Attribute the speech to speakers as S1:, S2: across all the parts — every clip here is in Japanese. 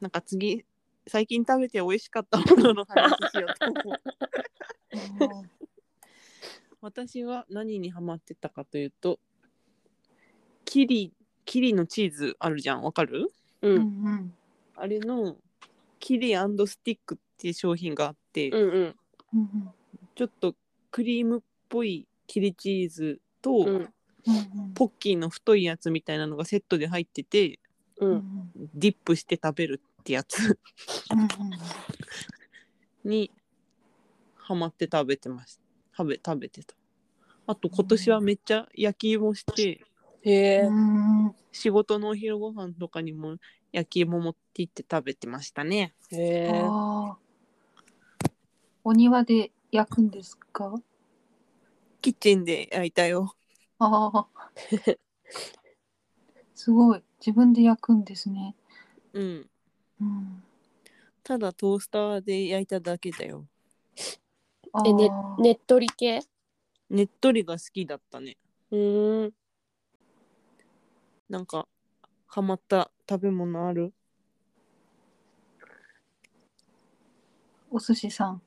S1: なんか次最近食べて美味しかったものの話しようと思う 私は何にハマってたかというとキリキリのチーズあるじゃんわかる
S2: う
S3: うんん
S1: あれのキリスティックっていう商品があって、
S2: うんうん
S3: うん
S1: ちょっとクリームっぽいキリチーズと、
S2: うん
S3: うん
S1: ポッキーの太いやつみたいなのがセットで入ってて
S2: う
S3: うん
S2: ん
S1: ディップして食べるってやつにハマって食べてました食べ食べてたあと今年はめっちゃ焼き芋して
S2: へえ
S1: 仕事のお昼ご飯とかにも焼き芋持って行って食べてましたね
S2: へえ
S3: ああお庭で焼くんですか
S1: キッチンで焼いたよ
S3: ああすごい自分で焼くんですね
S1: うん
S3: うん
S1: ただトースターで焼いただけだよ
S3: あ
S2: えね
S3: ー
S2: ねっとり系
S1: ねっとりが好きだったね
S2: うーん
S1: なんかハマった食べ物ある
S3: お寿司さん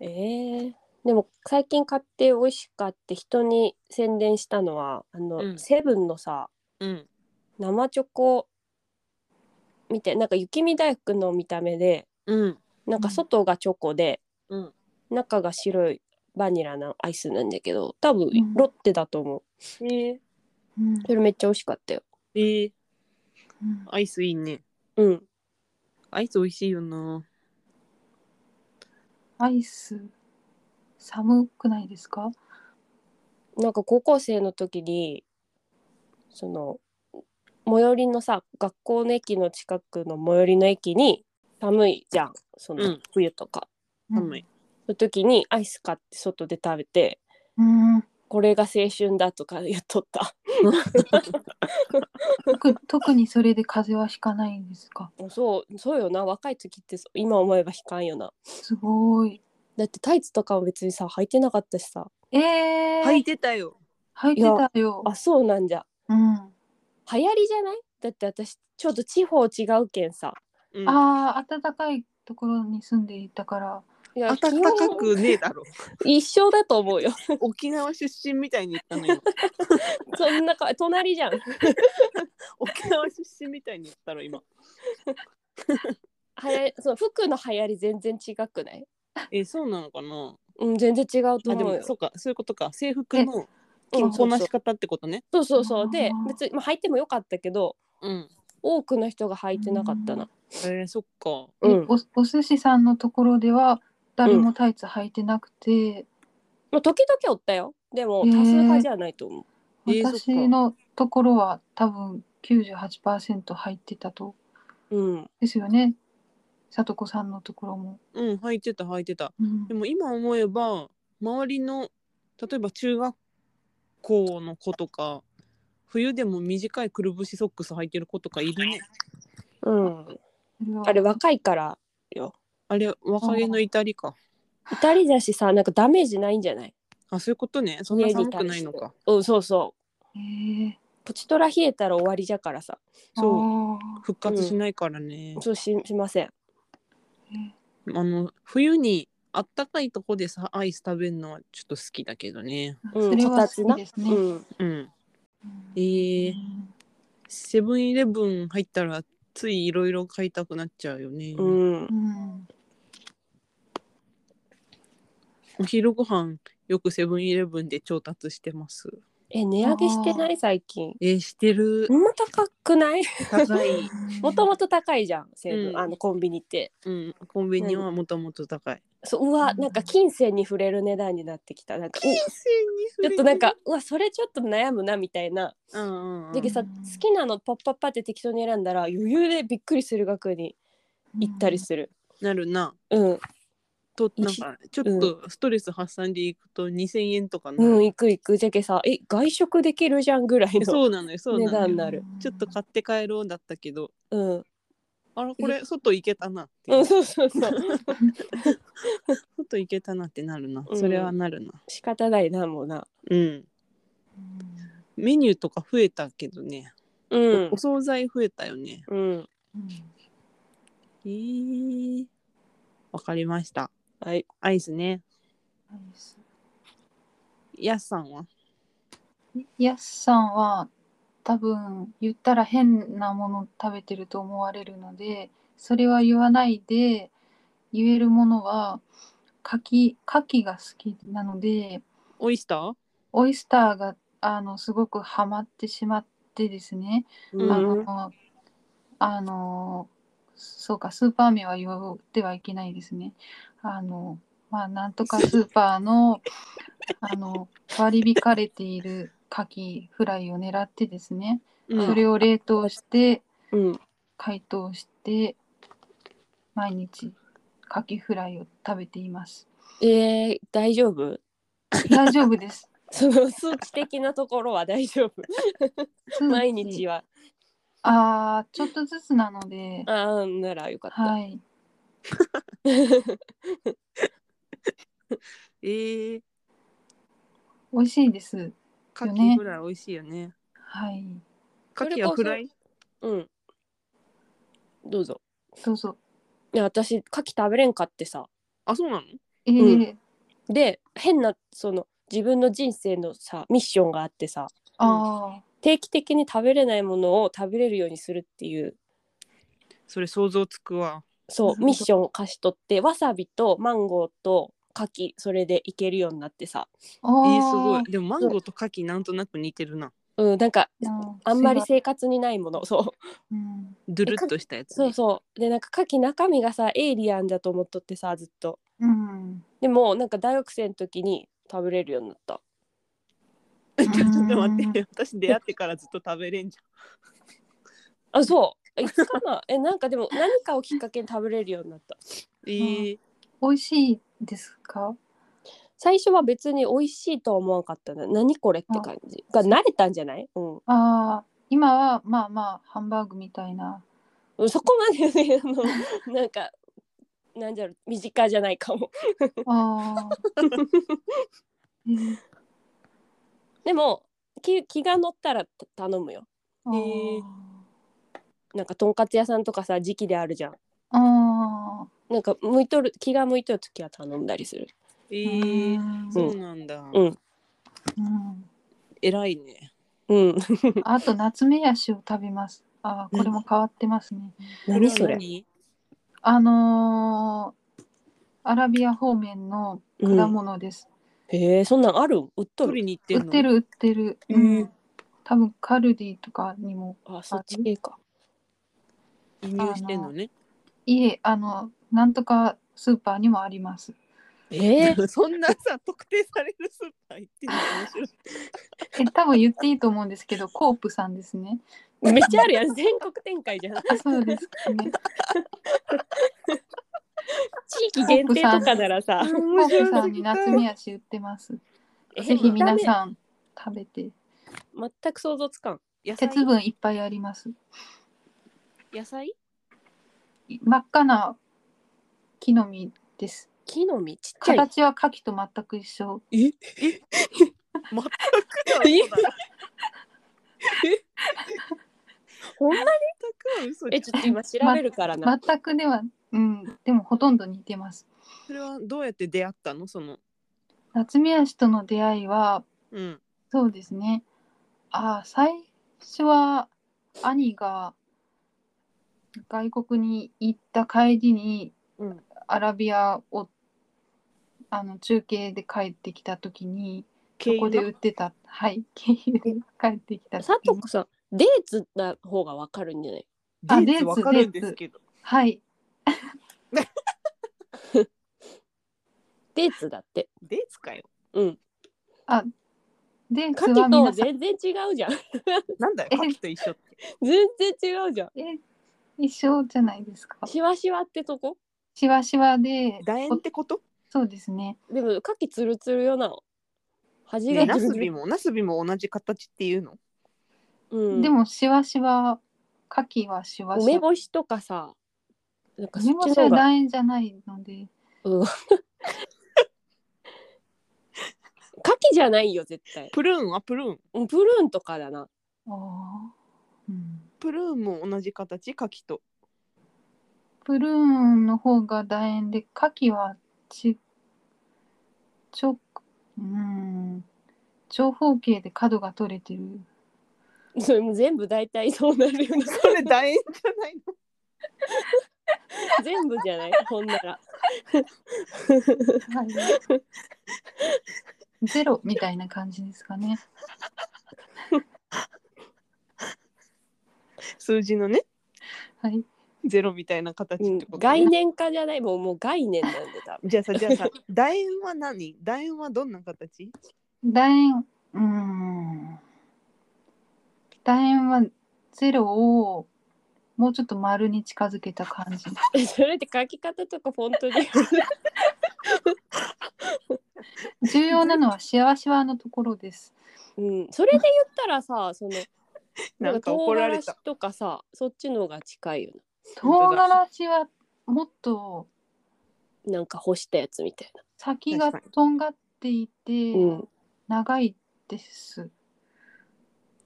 S2: ええでも最近買って美味しかって人に宣伝したのはあの、
S1: うん
S2: セブンのさ
S1: うん
S2: 生チョコ見てなんか雪見大福の見た目で
S1: うん
S2: なんか外がチョコで、
S1: うん
S2: 中が白いバニラのアイスなんだけど多分
S3: うん
S2: ロッテだと思う、
S1: え
S3: うん
S2: それめっちゃ美味しかったよ
S1: えー
S3: うん
S1: アイスいいね
S2: うん
S1: アイス美味しいよな
S3: アイス寒くないですか
S2: なんか高校生の時にその最寄りのさ学校の駅の近くの最寄りの駅に寒いじゃんそうの
S1: ん
S2: 冬とか、
S1: 寒い、
S2: その時にアイス買って外で食べて
S3: うんうん
S2: これが青春だとか言っとった
S3: 特特にそれで風邪はひかないんですか
S2: そうそうよな若い時ってそう今思えば悲観よな
S3: すごい
S2: だってタイツとかは別にさ履いてなかったしさ
S3: えー、
S1: 履いてたよ
S3: 入ってたよ
S2: あそうなんじゃ
S3: うん
S2: 流行りじゃないだって私ちょっと地方違うけんさ
S1: うん
S3: あー暖かいところに住んでいたから
S2: いや
S1: 暖かくねえだろ
S2: 基本一緒だと思うよ
S1: 沖縄出身みたいに言ったのよ
S2: そんなか隣じゃん流
S1: 沖縄出身みたいに言ったろ今
S2: 行りその服の流行り全然違くない
S1: えそうなのかな
S2: うん全然違うと
S1: あで
S2: 思う
S1: も
S2: よ
S1: そうかそういうことか制服の
S2: う
S1: 着
S2: んそ
S1: こ
S2: う
S1: な
S2: そう
S1: し方ってことね
S2: そうそうそうで
S3: あー
S2: 別に、まあ、履いてもよかったけど
S1: うん
S2: 多くの人が履いてなかったな
S1: えーそっか
S3: え
S2: うん、
S3: おお寿司さんのところでは誰もタイツ履いてなくて、
S2: まあ、時々おったよでも
S3: へ
S2: 多
S3: ー
S2: 数派じゃないと思う、
S1: えーそっか
S3: 私のところは多分98%入ってたと
S2: うん
S3: ですよねさとこさんのところも、
S1: うん履いてた履いてた
S3: うん
S1: でも今思えば周りの例えば中学校の子とか冬でも短いくるぶしソックス履いてる子とかいるね
S2: うん、
S3: そは
S2: あれ若いから
S1: あれ若気の至りか
S2: 至りだしさなんかダメージないんじゃない
S1: あそういうことねそんな
S2: 家に
S1: 寒くないのか
S2: うんそうそ
S3: えー
S2: うポチトラ冷えたら終わりじゃからさ
S1: そう
S3: あー
S1: 復活しないからね、
S2: そうししません
S3: えー
S1: あの冬にあったかいとこでさアイス食べるのはちょっと好きだけどね
S2: うん
S3: それは
S2: こたつな
S3: 好きです
S2: う
S3: ね。
S2: ん
S1: うん
S3: うん
S1: えー、セブンイレブン入ったらついいろいろ買いたくなっちゃうよね、
S2: うん
S3: うん
S1: お昼ご飯よくセブンイレブンで調達してます
S2: え値上げしてない最近
S1: えーしてる
S2: あんま高くない
S1: 高い、
S2: もともと高いじゃん成分、
S1: うん
S2: あのコンビニって
S1: うん、コンビニはもともと高い
S2: そううわ
S3: うん
S2: なんか金銭に触れる値段になっってきたなんかうんちょっとなんかうわそれちょっと悩むなみたいな
S1: うんうん
S2: だけどさ
S3: う
S2: 好
S3: ん
S2: きなのパッパッパって適当に選んだら余裕でびっくりする額に行ったりする
S1: なるな
S2: うん
S1: と
S2: い
S1: なん
S2: し
S1: かちょっとストレス発散でいくと2000円とかな
S2: う
S1: る、
S2: ん行く行くじゃけさえ外食できるじゃんぐらいの
S1: そうなのよそうな
S2: 値
S1: のよ
S2: 段になる
S1: ちょっと買って帰ろうだったけど
S2: うん
S1: あらこれ外行けたなって、
S2: うんそうそうそう
S1: 外行けたなってなるな、
S2: うん
S1: それはなるな
S2: 仕方ないなもうな
S1: うんメニューとか増えたけどね、
S2: うん
S1: お惣菜増えたよね
S2: うん
S3: うん
S1: えー、わかりました。
S2: はい。
S1: アイスね。
S3: アイス
S1: ヤスさんは
S3: ヤスさんは多分言ったら変なもの食べてると思われるのでそれは言わないで言えるものは柿柿が好きなので
S1: オイスター
S3: オイスターがあのすごくハマってしまってですね、
S1: うん
S3: あのあのそうかスーパー名は言ってはいけないですねあのまあなんとかスーパーのあの割り引かれているカキフライを狙ってですね
S1: うん
S3: それを冷凍して
S2: うん。
S3: 解凍して毎日カキフライを食べて います
S2: えー、大丈夫
S3: 大丈夫です
S2: その数値的なところは大丈夫。毎日
S3: は
S2: は。
S3: ああちょっとずつなので
S2: ああ、ならよかった。
S3: はい
S1: えー、
S3: 美味しいです。
S1: カ
S3: よ
S1: キ
S3: ね
S1: ぐらい美味しいよね。
S3: はい。
S1: カキはフライ
S2: うん。どうぞ。
S3: どうぞ。
S2: いや、私、牡蠣食べれんかってさ。
S1: あ、そうなの
S3: えー
S2: で、変な、その、自分の人生のさ、ミッションがあってさ、
S3: あ
S2: 定期的に食べれないものを食べれるようにするっていう、
S1: それ想像つくわ。
S2: そ
S3: なるほ
S2: う、
S3: ど
S2: ミッションを貸し取って、わさびとマンゴーと牡蠣、それでいけるようになってさ。
S3: ーあ
S1: え
S3: ー。
S1: ー、すごい。でもマンゴーとカキなんとなく似てるな。
S2: うん、なんか、
S3: うん
S2: あんまり生活にないもの、そう。
S3: うん。
S1: ドゥルッとしたやつね、
S2: そうそうでなんか牡蠣中身がさエイリアンだと思っとってさずっと
S3: うん。
S2: でもなんか大学生の時に食べれるようになった
S1: ちょちょっと
S3: うん
S1: 待って、私出会ってからずっと食べれんじ
S2: あそういつかなえなんかでも何かをきっかけに食べれるようになった
S1: ゃん。えー、
S3: 美味しいですか。
S2: 最初は別に美味しいとは思わなかったな何これって感じが慣れたんじゃないうん
S3: ああ。今はまあまあハンバーグみたいな。
S2: うんそこまでねあ のなんかなんじゃろ身近じゃないかも
S3: ああ。 えー
S2: でも気気が乗ったら頼むよ
S3: あー
S1: えー
S2: なんかとんかつ屋さんとかさ時期であるじゃん
S3: あ
S2: なんか向いとる気が向いとる時は頼んだりする
S1: え
S3: ー。
S1: ー
S3: う
S1: そ
S3: ん
S1: うなんだ。
S2: うん
S3: うん。
S1: 偉いね。
S2: うん
S3: あと夏目ヤシを食べます。ああ、これも変わってますね。
S2: 何それ
S1: 何
S3: あのーアラビア方面の果物です。
S2: へえそんなんある売っと
S1: 取
S2: る
S1: りに行って
S3: 売
S1: ん
S3: っ
S1: の
S3: てる売ってる、
S1: え
S3: う
S1: ー
S3: ん、多分カルディとかにも
S2: あそっち系か
S1: 輸入してんのね。
S3: いえあのなんとかスーパーにもあります
S2: え
S1: そんなさ、特定されるスーパー行ってるの面白い。
S3: え多分言っていいと思うんですけ どコープさんですね
S2: ー、 めっちゃあるやん全国展開じゃん
S3: あそうですか ね
S2: 地域限定とかなら さ
S3: コープさんに夏目足売ってます
S2: え
S3: ぜひ皆
S2: ん
S3: さん食べて
S2: 全く想像つかん
S1: 野菜
S3: 鉄分いっぱいあります
S1: 野菜
S3: 真っ赤な木の実です
S2: 木の実ちっちゃい
S3: 形は牡蠣と全く一緒
S1: 全くだ。
S2: え
S1: 嘘だ
S2: ほんま
S1: 全くは嘘じゃ
S2: え
S1: ん
S2: ちょっと今調べるからな、
S3: 全くではうんでもほとんど似てます
S1: それはどうやって出会ったのその。
S3: 夏目足との出会いは
S1: うん。
S3: そうですね。あー最初は兄が外国に行った帰りに
S2: うん
S3: アラビアをあの中継で帰ってきた時にそ
S1: 経
S3: こ
S1: 由
S3: で
S1: な
S3: 売ってたはい経由で帰ってきた
S2: 佐藤
S3: 時に
S2: 子さんデーツな方がわかるんじゃない
S3: あ
S1: デー
S3: デー
S1: ツ
S3: ツ
S1: わかるんですけど。
S3: はい
S2: デーツだって
S1: デーツかよ。
S2: うん
S3: で
S2: 牡蠣と
S3: は皆さ
S2: 全
S3: ん
S2: 然違うじゃん
S1: なんだよ、
S3: え
S1: 牡蠣と一緒って。
S2: 全然違うじゃん
S3: え一緒じゃないですか
S2: シワシワってとこ
S3: しわしわで
S1: 楕円ってこと
S3: そうですね
S2: でも牡蠣ツルツルよな端
S1: ねナ
S2: がツル
S1: ス
S2: ツ
S1: ビ
S2: ル、
S1: も、ナスビも同じ形っていうの
S2: うん、
S3: でもしわしわ牡蠣はしわしわ
S2: 梅干しとかさなんかそ
S3: 梅
S2: っ
S3: 干
S2: ち
S3: し
S2: の
S3: は
S2: 方が
S3: 楕円じゃないので
S2: 牡蠣じゃないよ絶対
S1: プルーンはプルーン。
S2: うんプルーンとかだな
S3: ああ、うん、
S1: プルーンも同じ形、牡蠣と。
S3: プルーンの方が楕円で牡蠣はちちょうーん長方形で角が取れてる
S2: それも全部大体そうなるよね
S1: それ楕円じゃないの
S2: 全部じゃないほんなら
S3: ゼロみたいな感じですかね。
S1: 数字のね
S3: はい。
S1: ゼロみたいな形
S2: うん
S1: ってこと、ね
S2: 概念化じゃないもうもう概念なんで多
S1: じゃあさじゃあさ 楕円は何楕円はどんな形
S3: 楕円、うーん。楕円はゼロをもうちょっと丸に近づけた感 じ。
S2: 分 それって書き方とかフォントで
S3: 重要なのはしわしわのところです。
S2: うんそれで言ったらさその
S1: なんか怒られ
S2: 唐辛
S1: た
S2: 子とかさそっちの方が近いよ
S3: 唐
S1: 本当だ
S3: 辛子はもっと
S2: ななんか干したやつみたい
S3: 先が
S1: 確か
S3: とんがっていて
S2: なうん
S3: 長いです。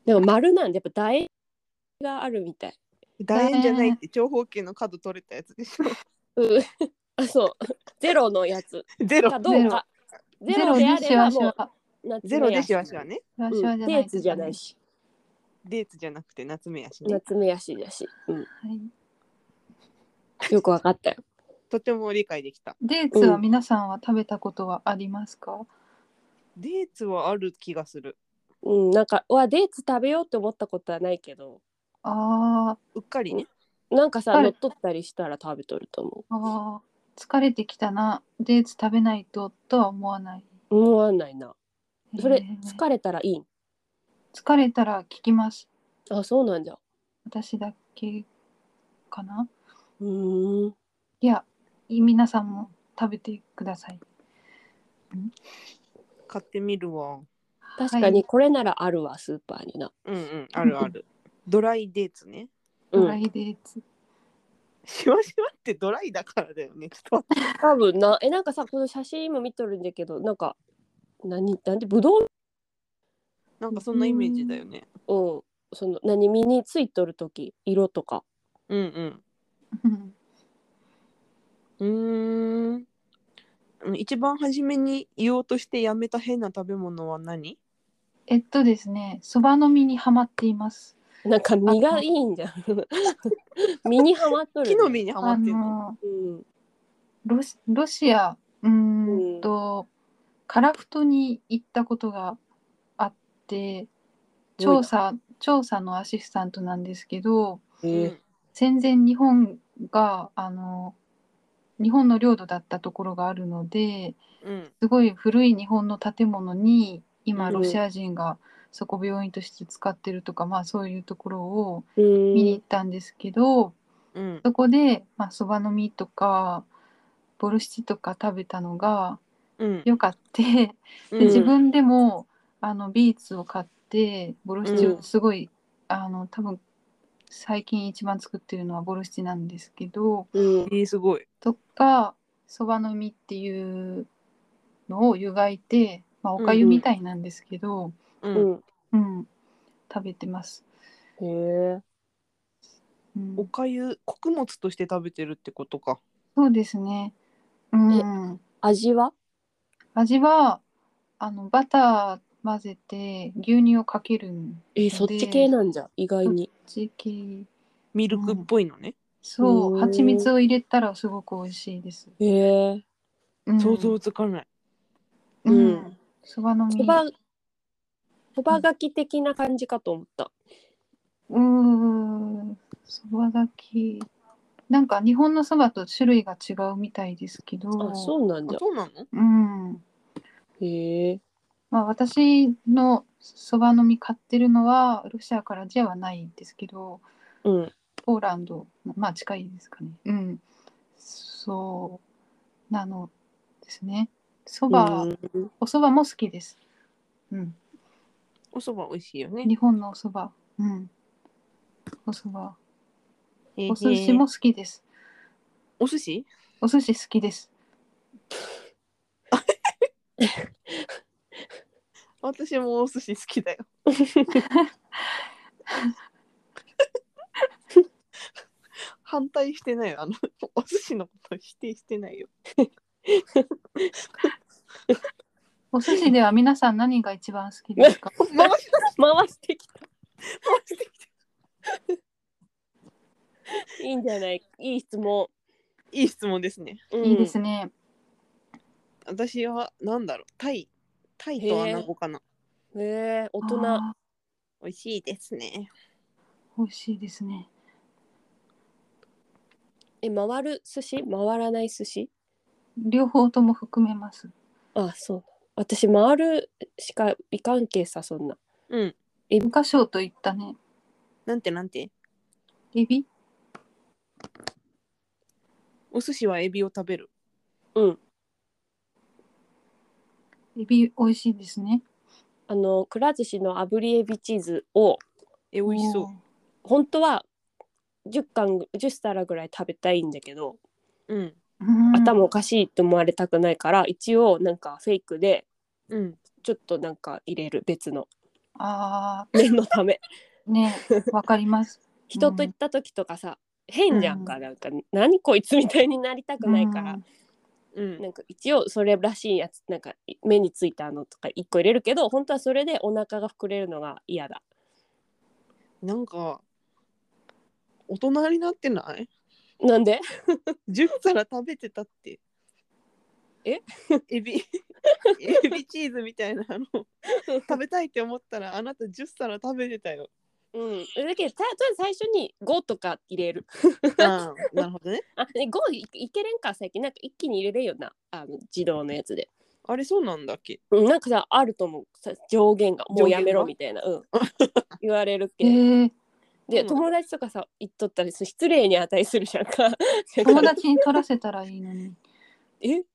S2: でも丸なんでやっぱ楕円があるみたい
S1: 楕円じゃないって長方形の角取れたやつでしょ
S2: うん あそうゼロのやつ
S1: ゼロ
S2: かどうかゼロであ
S3: でし
S2: れ
S3: わ
S2: ば
S3: し
S2: もう
S3: わ。
S2: 夏目
S1: ゼロで
S2: や
S1: しわしわね
S3: しわ
S2: う
S3: しわ
S2: ん
S3: じ
S2: デ
S3: ゃない
S2: ーツじゃない。し
S1: デーツじゃなくて夏目やしね
S2: 夏目やしだし、うん、
S3: はい。
S2: よくわかったよ
S1: とても理解できた
S3: デーツは皆さんは食べたことはありますか、
S1: デーツはある気がする
S2: うん、なんかうわデーツ食べようって思ったことはないけど
S3: あー
S1: うっかりね
S2: なんかさ、
S3: はい
S2: 乗っ取ったりしたら食べとると思
S3: あー疲れてきたなデーツ食べないととは思わないう
S2: 思わないなそれ
S3: えー
S2: 疲れたらいいん
S3: 疲れたら聞きます
S2: あそうなんじゃ
S3: 私だけかな
S2: うーん
S3: いや皆さんも食べてください
S1: 買ってみるわ
S2: 確か
S3: はい
S2: にこれならあるわスーパーにな、
S1: うん うんあるあるドライデーツね
S2: う
S3: ドラ
S2: ん、
S3: イデーツ、
S1: しわしわってドライだからだよねちょっと
S2: 多分なえなんかさこの写真今見とるんだけどなんか何なんでぶどう
S1: なんかそんなイメージだよね
S2: うんその何身についとる時色とか
S1: うんうん
S3: うん
S1: うーんうん一番初めに言おうとしてやめた変な食べ物は何
S3: えっとですねそばの実にはまっています
S2: なんか身がいいんじゃん身にはまっとる、
S1: 木の実にハマ
S3: あ
S1: ってんの
S3: の
S2: うん
S3: ロシロシアうーんとカラフトに行ったことがあって調査調査のアシスタントなんですけど
S2: え
S1: うん
S2: ー
S3: 戦前日本があの日本の領土だったところがあるので
S1: うん
S3: すごい古い日本の建物に今
S2: うん
S3: ロシア人がそこ病院として使ってるとか、まあそういうところを
S2: う
S3: 見に
S2: ー
S3: 行
S2: ん
S3: ったんですけど、
S1: うん
S3: そこでまあそば、の実とかボルシチとか食べたのが
S1: うん
S3: 良かって。
S1: う
S3: で自
S1: ん
S3: 分でもあのビーツを買ってボルシチ
S2: う
S3: を
S2: ん
S3: すごい、あの多分最近一番作ってるのはボルシチなんですけど
S2: うん
S1: えーすごい
S3: とかそばの実っていうのを湯がいて、まあ、おかゆみたいなんですけど、
S1: う
S2: うんん
S3: うん食べてます。
S2: へえ
S3: うん
S1: おかゆ穀物として食べてるってことか
S3: そうですね、うん、
S2: 味は
S3: 味はあのバター混ぜて牛乳をかけるん
S2: えそっち系なんじゃ意外に
S3: 時期
S1: ミルクっぽいのね
S3: そうう、
S2: ん
S3: 蜂蜜を入れたらすごく美味しいです。
S2: へえ
S3: うん
S1: 想像つかない
S3: う
S2: うんん。
S3: そばの
S2: そ
S3: 実。
S2: ばそばがき的な感じかと思った
S3: うーん。そばがき。なんか日本のそばと種類が違うみたいですけど。
S2: あそうなん
S1: あ
S2: じゃ
S1: そうなの
S3: うん。
S2: へえ
S3: まあ私のそばの実買ってるのはロシアからじゃはないんですけど、
S2: うん
S3: ポーランドまあ近いですかね。うん。そうなのですね。そば、
S2: うん
S3: おそばも好きです。うん。
S1: お蕎麦美味しいよね
S3: 日本のおそば。うん。おそば。
S1: えー
S3: お寿司も好きです。
S1: お寿司
S3: お寿司好きです。
S1: 私もお寿司好きだよ反対してないよあのお寿司のこと否定してないよ
S3: お寿司では皆さん何が一番好きですか
S1: 回し
S2: 回してきた
S1: 回してきて
S2: いいんじゃないいい質問、
S1: いい質問ですね
S2: うん
S3: いいですね。
S1: 私はなんだろうタイタイとアナゴかな
S2: ねえ大人
S3: あ
S1: 美味しいですね
S3: ー美味しいですね。
S2: え回る寿司回らない寿司
S3: 両方とも含めます。
S2: あそうだ私回るしかいかんけさそんな
S1: うん
S3: 文科省と言ったね。
S1: なんてなんて
S3: エビ
S1: お寿司はエビを食べる
S3: エビ美味しいですね。
S2: あのくら寿司の炙りエビチーズを
S1: え美味しそう
S3: う。
S2: 本当は10貫10皿ぐらい食べたいんだけど、
S1: うん
S3: うん
S2: 頭おかしいと思われたくないから一応なんかフェイクで
S1: うん
S2: ちょっとなんか入れる別 の
S3: あ
S2: 念のため
S3: あ、ねわか ります。
S2: 人と行った時とかさ、変じゃんか、なんか何こいつみたいになりたくないから、
S1: うん
S2: なんか一応それらしいやつなんか目についたのとか1個入れるけど本当はそれでお腹が膨れるのが嫌だ
S1: なんか大人になってない
S2: なんで
S1: 10皿食べてたって
S2: え
S1: エ ビエビチーズみたいなの食べたいって思ったらあなた10皿食べてたよ
S2: うんだけどさとりあえず最初に5とか入れる
S1: ああなるほどね
S2: あね5いいけれんか最近なんか一気に入れれるよなあの自動のやつで
S1: あれそうなんだっけ
S2: うんなんかさあると思うさ上限がもうやめろ
S1: 上
S2: みたいな、うん 言われる
S3: ええ
S2: け
S3: ー
S2: で
S1: そうなの
S2: 友達とかさ言っとったりする失礼に値するじゃんかだか
S3: 友
S2: ら
S3: 達に取らせたらいいのに。
S2: え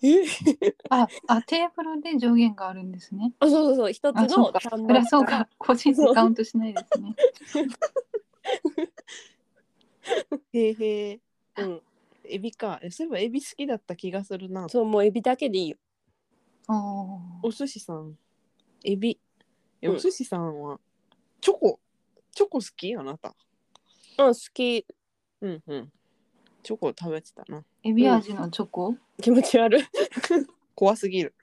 S2: え
S3: あ、あ、テーブルで上限があるんですね。
S2: あそうそうそう一つ
S3: あ、そ
S2: の
S3: うか。
S2: 単
S3: そりゃ
S2: 番
S3: そう か。個人でカウントしないですね。
S1: へーへー
S2: うん
S1: エビかえそういえばエビ好きだった気がするな
S2: そうもうエビだけでいいよ
S3: お
S1: お
S3: おー。
S1: 寿司さんエビえ
S2: うん
S1: お寿司さんはチョコチョコ好きあなた
S2: うん好き
S1: うんうんチョコ食べてたな
S3: エビ味のチョコ。
S2: 気持ち悪い
S1: 怖す ぎる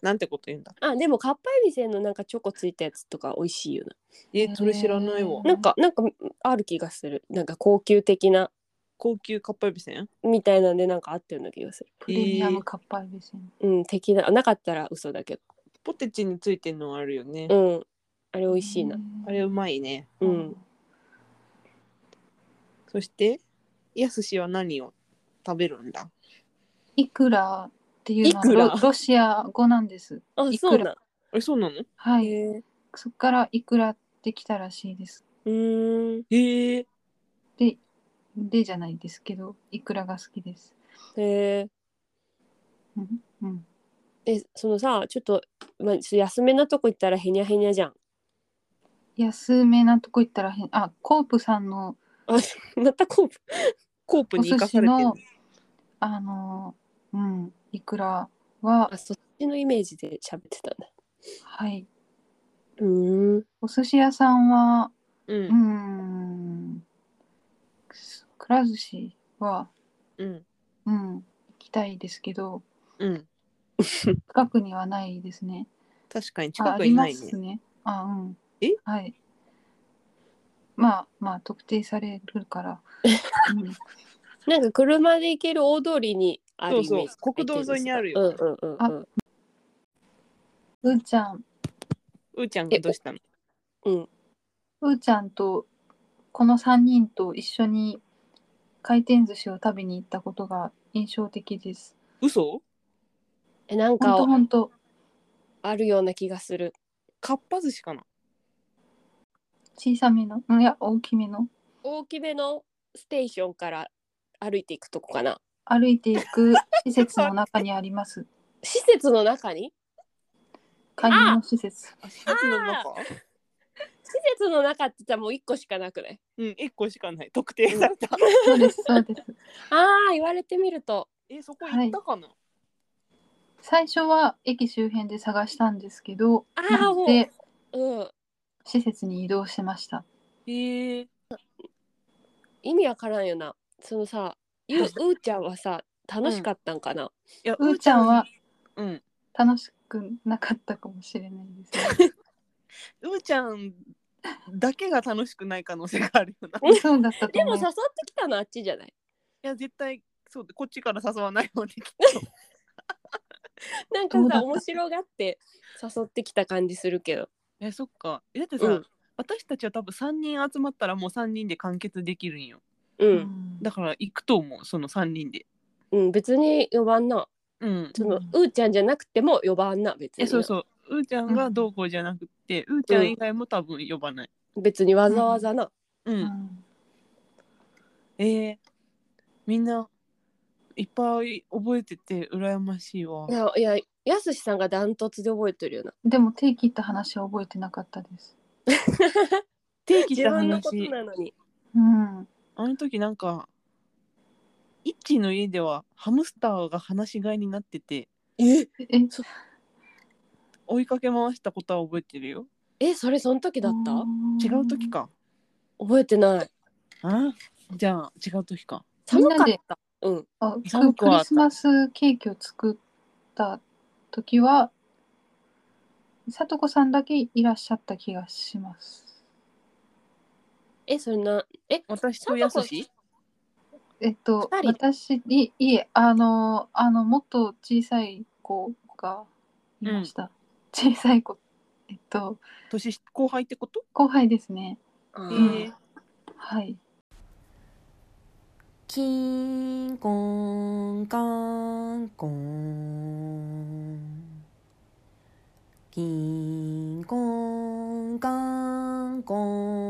S1: なんてこと言うんだ
S2: あでもかっぱえびせんのなんかチョコついたやつとか美味しいよ
S1: えそれ知らないわ
S3: へ
S2: な
S3: ー
S2: なんかなんかある気がするなんか高級的な
S1: 高級カッパエビせん
S2: みたいなんでなんか合ってるような気がする
S3: プレミアムカッパエビせん。
S2: うん的ななかったら嘘だけ
S1: ポテチについてるのあるよね、
S2: どうんあれ美味しいな。
S1: あれうまいね
S3: う
S2: うん
S3: ん。
S1: そしてやすしは何を食べるんだ
S3: いくらっていうの
S2: いくら
S3: はロロシア語なんです。
S2: あ
S3: い
S2: そ
S3: くら
S2: うな
S1: えそうなの
S3: は
S2: ん
S3: い。
S2: へえ
S3: そっからいくらってきたらしいです。
S2: うーん
S1: へえ
S3: で、でじゃないですけど、いくらが好きです。
S2: へえ
S3: うん。うん。
S2: えそのさちょっと、まあ、ちょっと安めなとこ行ったらへにゃへにゃじゃん
S3: 安めなとこ行ったらへん。あ、コープさんの
S2: あまたコープ
S1: コープ
S3: お
S1: に
S3: 寿
S1: 生か
S3: 司
S1: されてる
S3: の、あの、うん、いくらは、
S2: あそっちのイメージで喋ってたんだ
S3: はい。
S2: うーん
S3: お寿司屋さんは、
S1: う
S3: うんん、くら寿司は、
S1: うん
S3: うん、行きたいですけど、
S1: うん
S3: 近くにはないですね。
S1: 確かに
S3: あ
S1: 近くにない
S3: あり
S1: ね
S3: ますね。あ、うん。
S1: え
S3: はい。まあまあ特定される から。うん
S2: なんか車で行ける大通りにあるイメージ
S1: そうそう国道沿いにあるよ
S2: うんうんうんうん
S3: うーちゃん、
S1: うーちゃんがどうしたの
S3: うーちゃんとこの3人と一緒に回転寿司を食べに行ったことが印象的です。
S1: 嘘
S2: えなん
S3: ほんと
S2: か
S3: ほんと
S2: あるような気がする
S1: かっぱ寿司かな
S3: 小さめの、うんいや大きめの
S2: 大きめのステーションから歩いていくとこかな
S3: 歩いていく施設の中にあります。
S2: 施設の中に
S3: 買い物施設。
S1: あ施設の中
S2: 施設の中って言ったらもう1個しかな くない
S1: うん1個しかない特定された、
S3: そうですそうです。
S2: あー言われてみると
S1: えそこ行ったかな、
S3: 最初は駅周辺で探したんですけど、
S2: あー
S3: なので
S2: うん
S3: 施設に移動しました。
S1: へえ
S2: 意味わからんよなそのさゆううーちゃんはさ楽しかったんかな、
S1: いや
S3: うーちゃんは
S1: うん
S3: 楽しくなかったかもしれないです ね。
S1: うーちゃんだけが楽しくない可能性があるよない
S3: そうだったと
S2: でも
S3: 思う
S2: 誘っ。てきたのあっちじゃない
S1: や絶対そうこっちから誘わないようにきっと
S2: なんか
S3: そうだっ
S2: さ
S3: た
S2: 面白がって誘ってきた感じするけど
S1: えそっかだってさ、
S2: うん
S1: 私たちは多分3人集まったらもう3人で完結できるんよ
S2: う、
S3: うんん
S1: だから行くと思うその3人で
S2: うん、別に呼ばんな
S1: うん
S2: その、
S3: う
S2: うーちゃんじゃなくても呼ばんな別に
S1: えそうそううーちゃんがどうこうじゃなくて、うーちゃん以外も多分呼ばない
S2: 別にわざわざな、
S1: うん、
S3: うん
S1: えー、みんないっぱい覚えてて羨ましいわ
S2: いやいややすしさんがダントツで覚えてるよな
S3: でも手切った話は覚えてなかったです。
S1: 定期し
S2: 自
S1: た
S2: 分のこと
S1: 話
S2: なのに
S3: うん。
S1: あの時なんかイッチーの家ではハムスターが放し飼いになってて
S2: え
S3: え、
S1: 追いかけ回したことは覚えてるよ
S2: えそれその時だった、
S3: うん
S1: 違う時。か
S2: 覚えてない
S1: あじゃあ違う時か
S3: みん
S2: 寒か
S3: な
S2: っ
S3: で
S2: たうん
S3: あ
S1: 寒
S3: ク
S1: くはあった
S3: リスマスケーキを作った時は、さとこさんだけいらっしゃった気がします。
S2: えそれなえ
S1: 私とやすし
S3: えっと
S2: 二、人
S3: 私、いいえ、あの、あの、もっと小さい子がいました。小さい子、えっと、
S1: 年下後輩ってこと
S3: 後輩ですね。
S2: あ
S1: え
S2: ー
S1: ー、
S3: はい。
S4: キンコンカンコンキンコンカンコン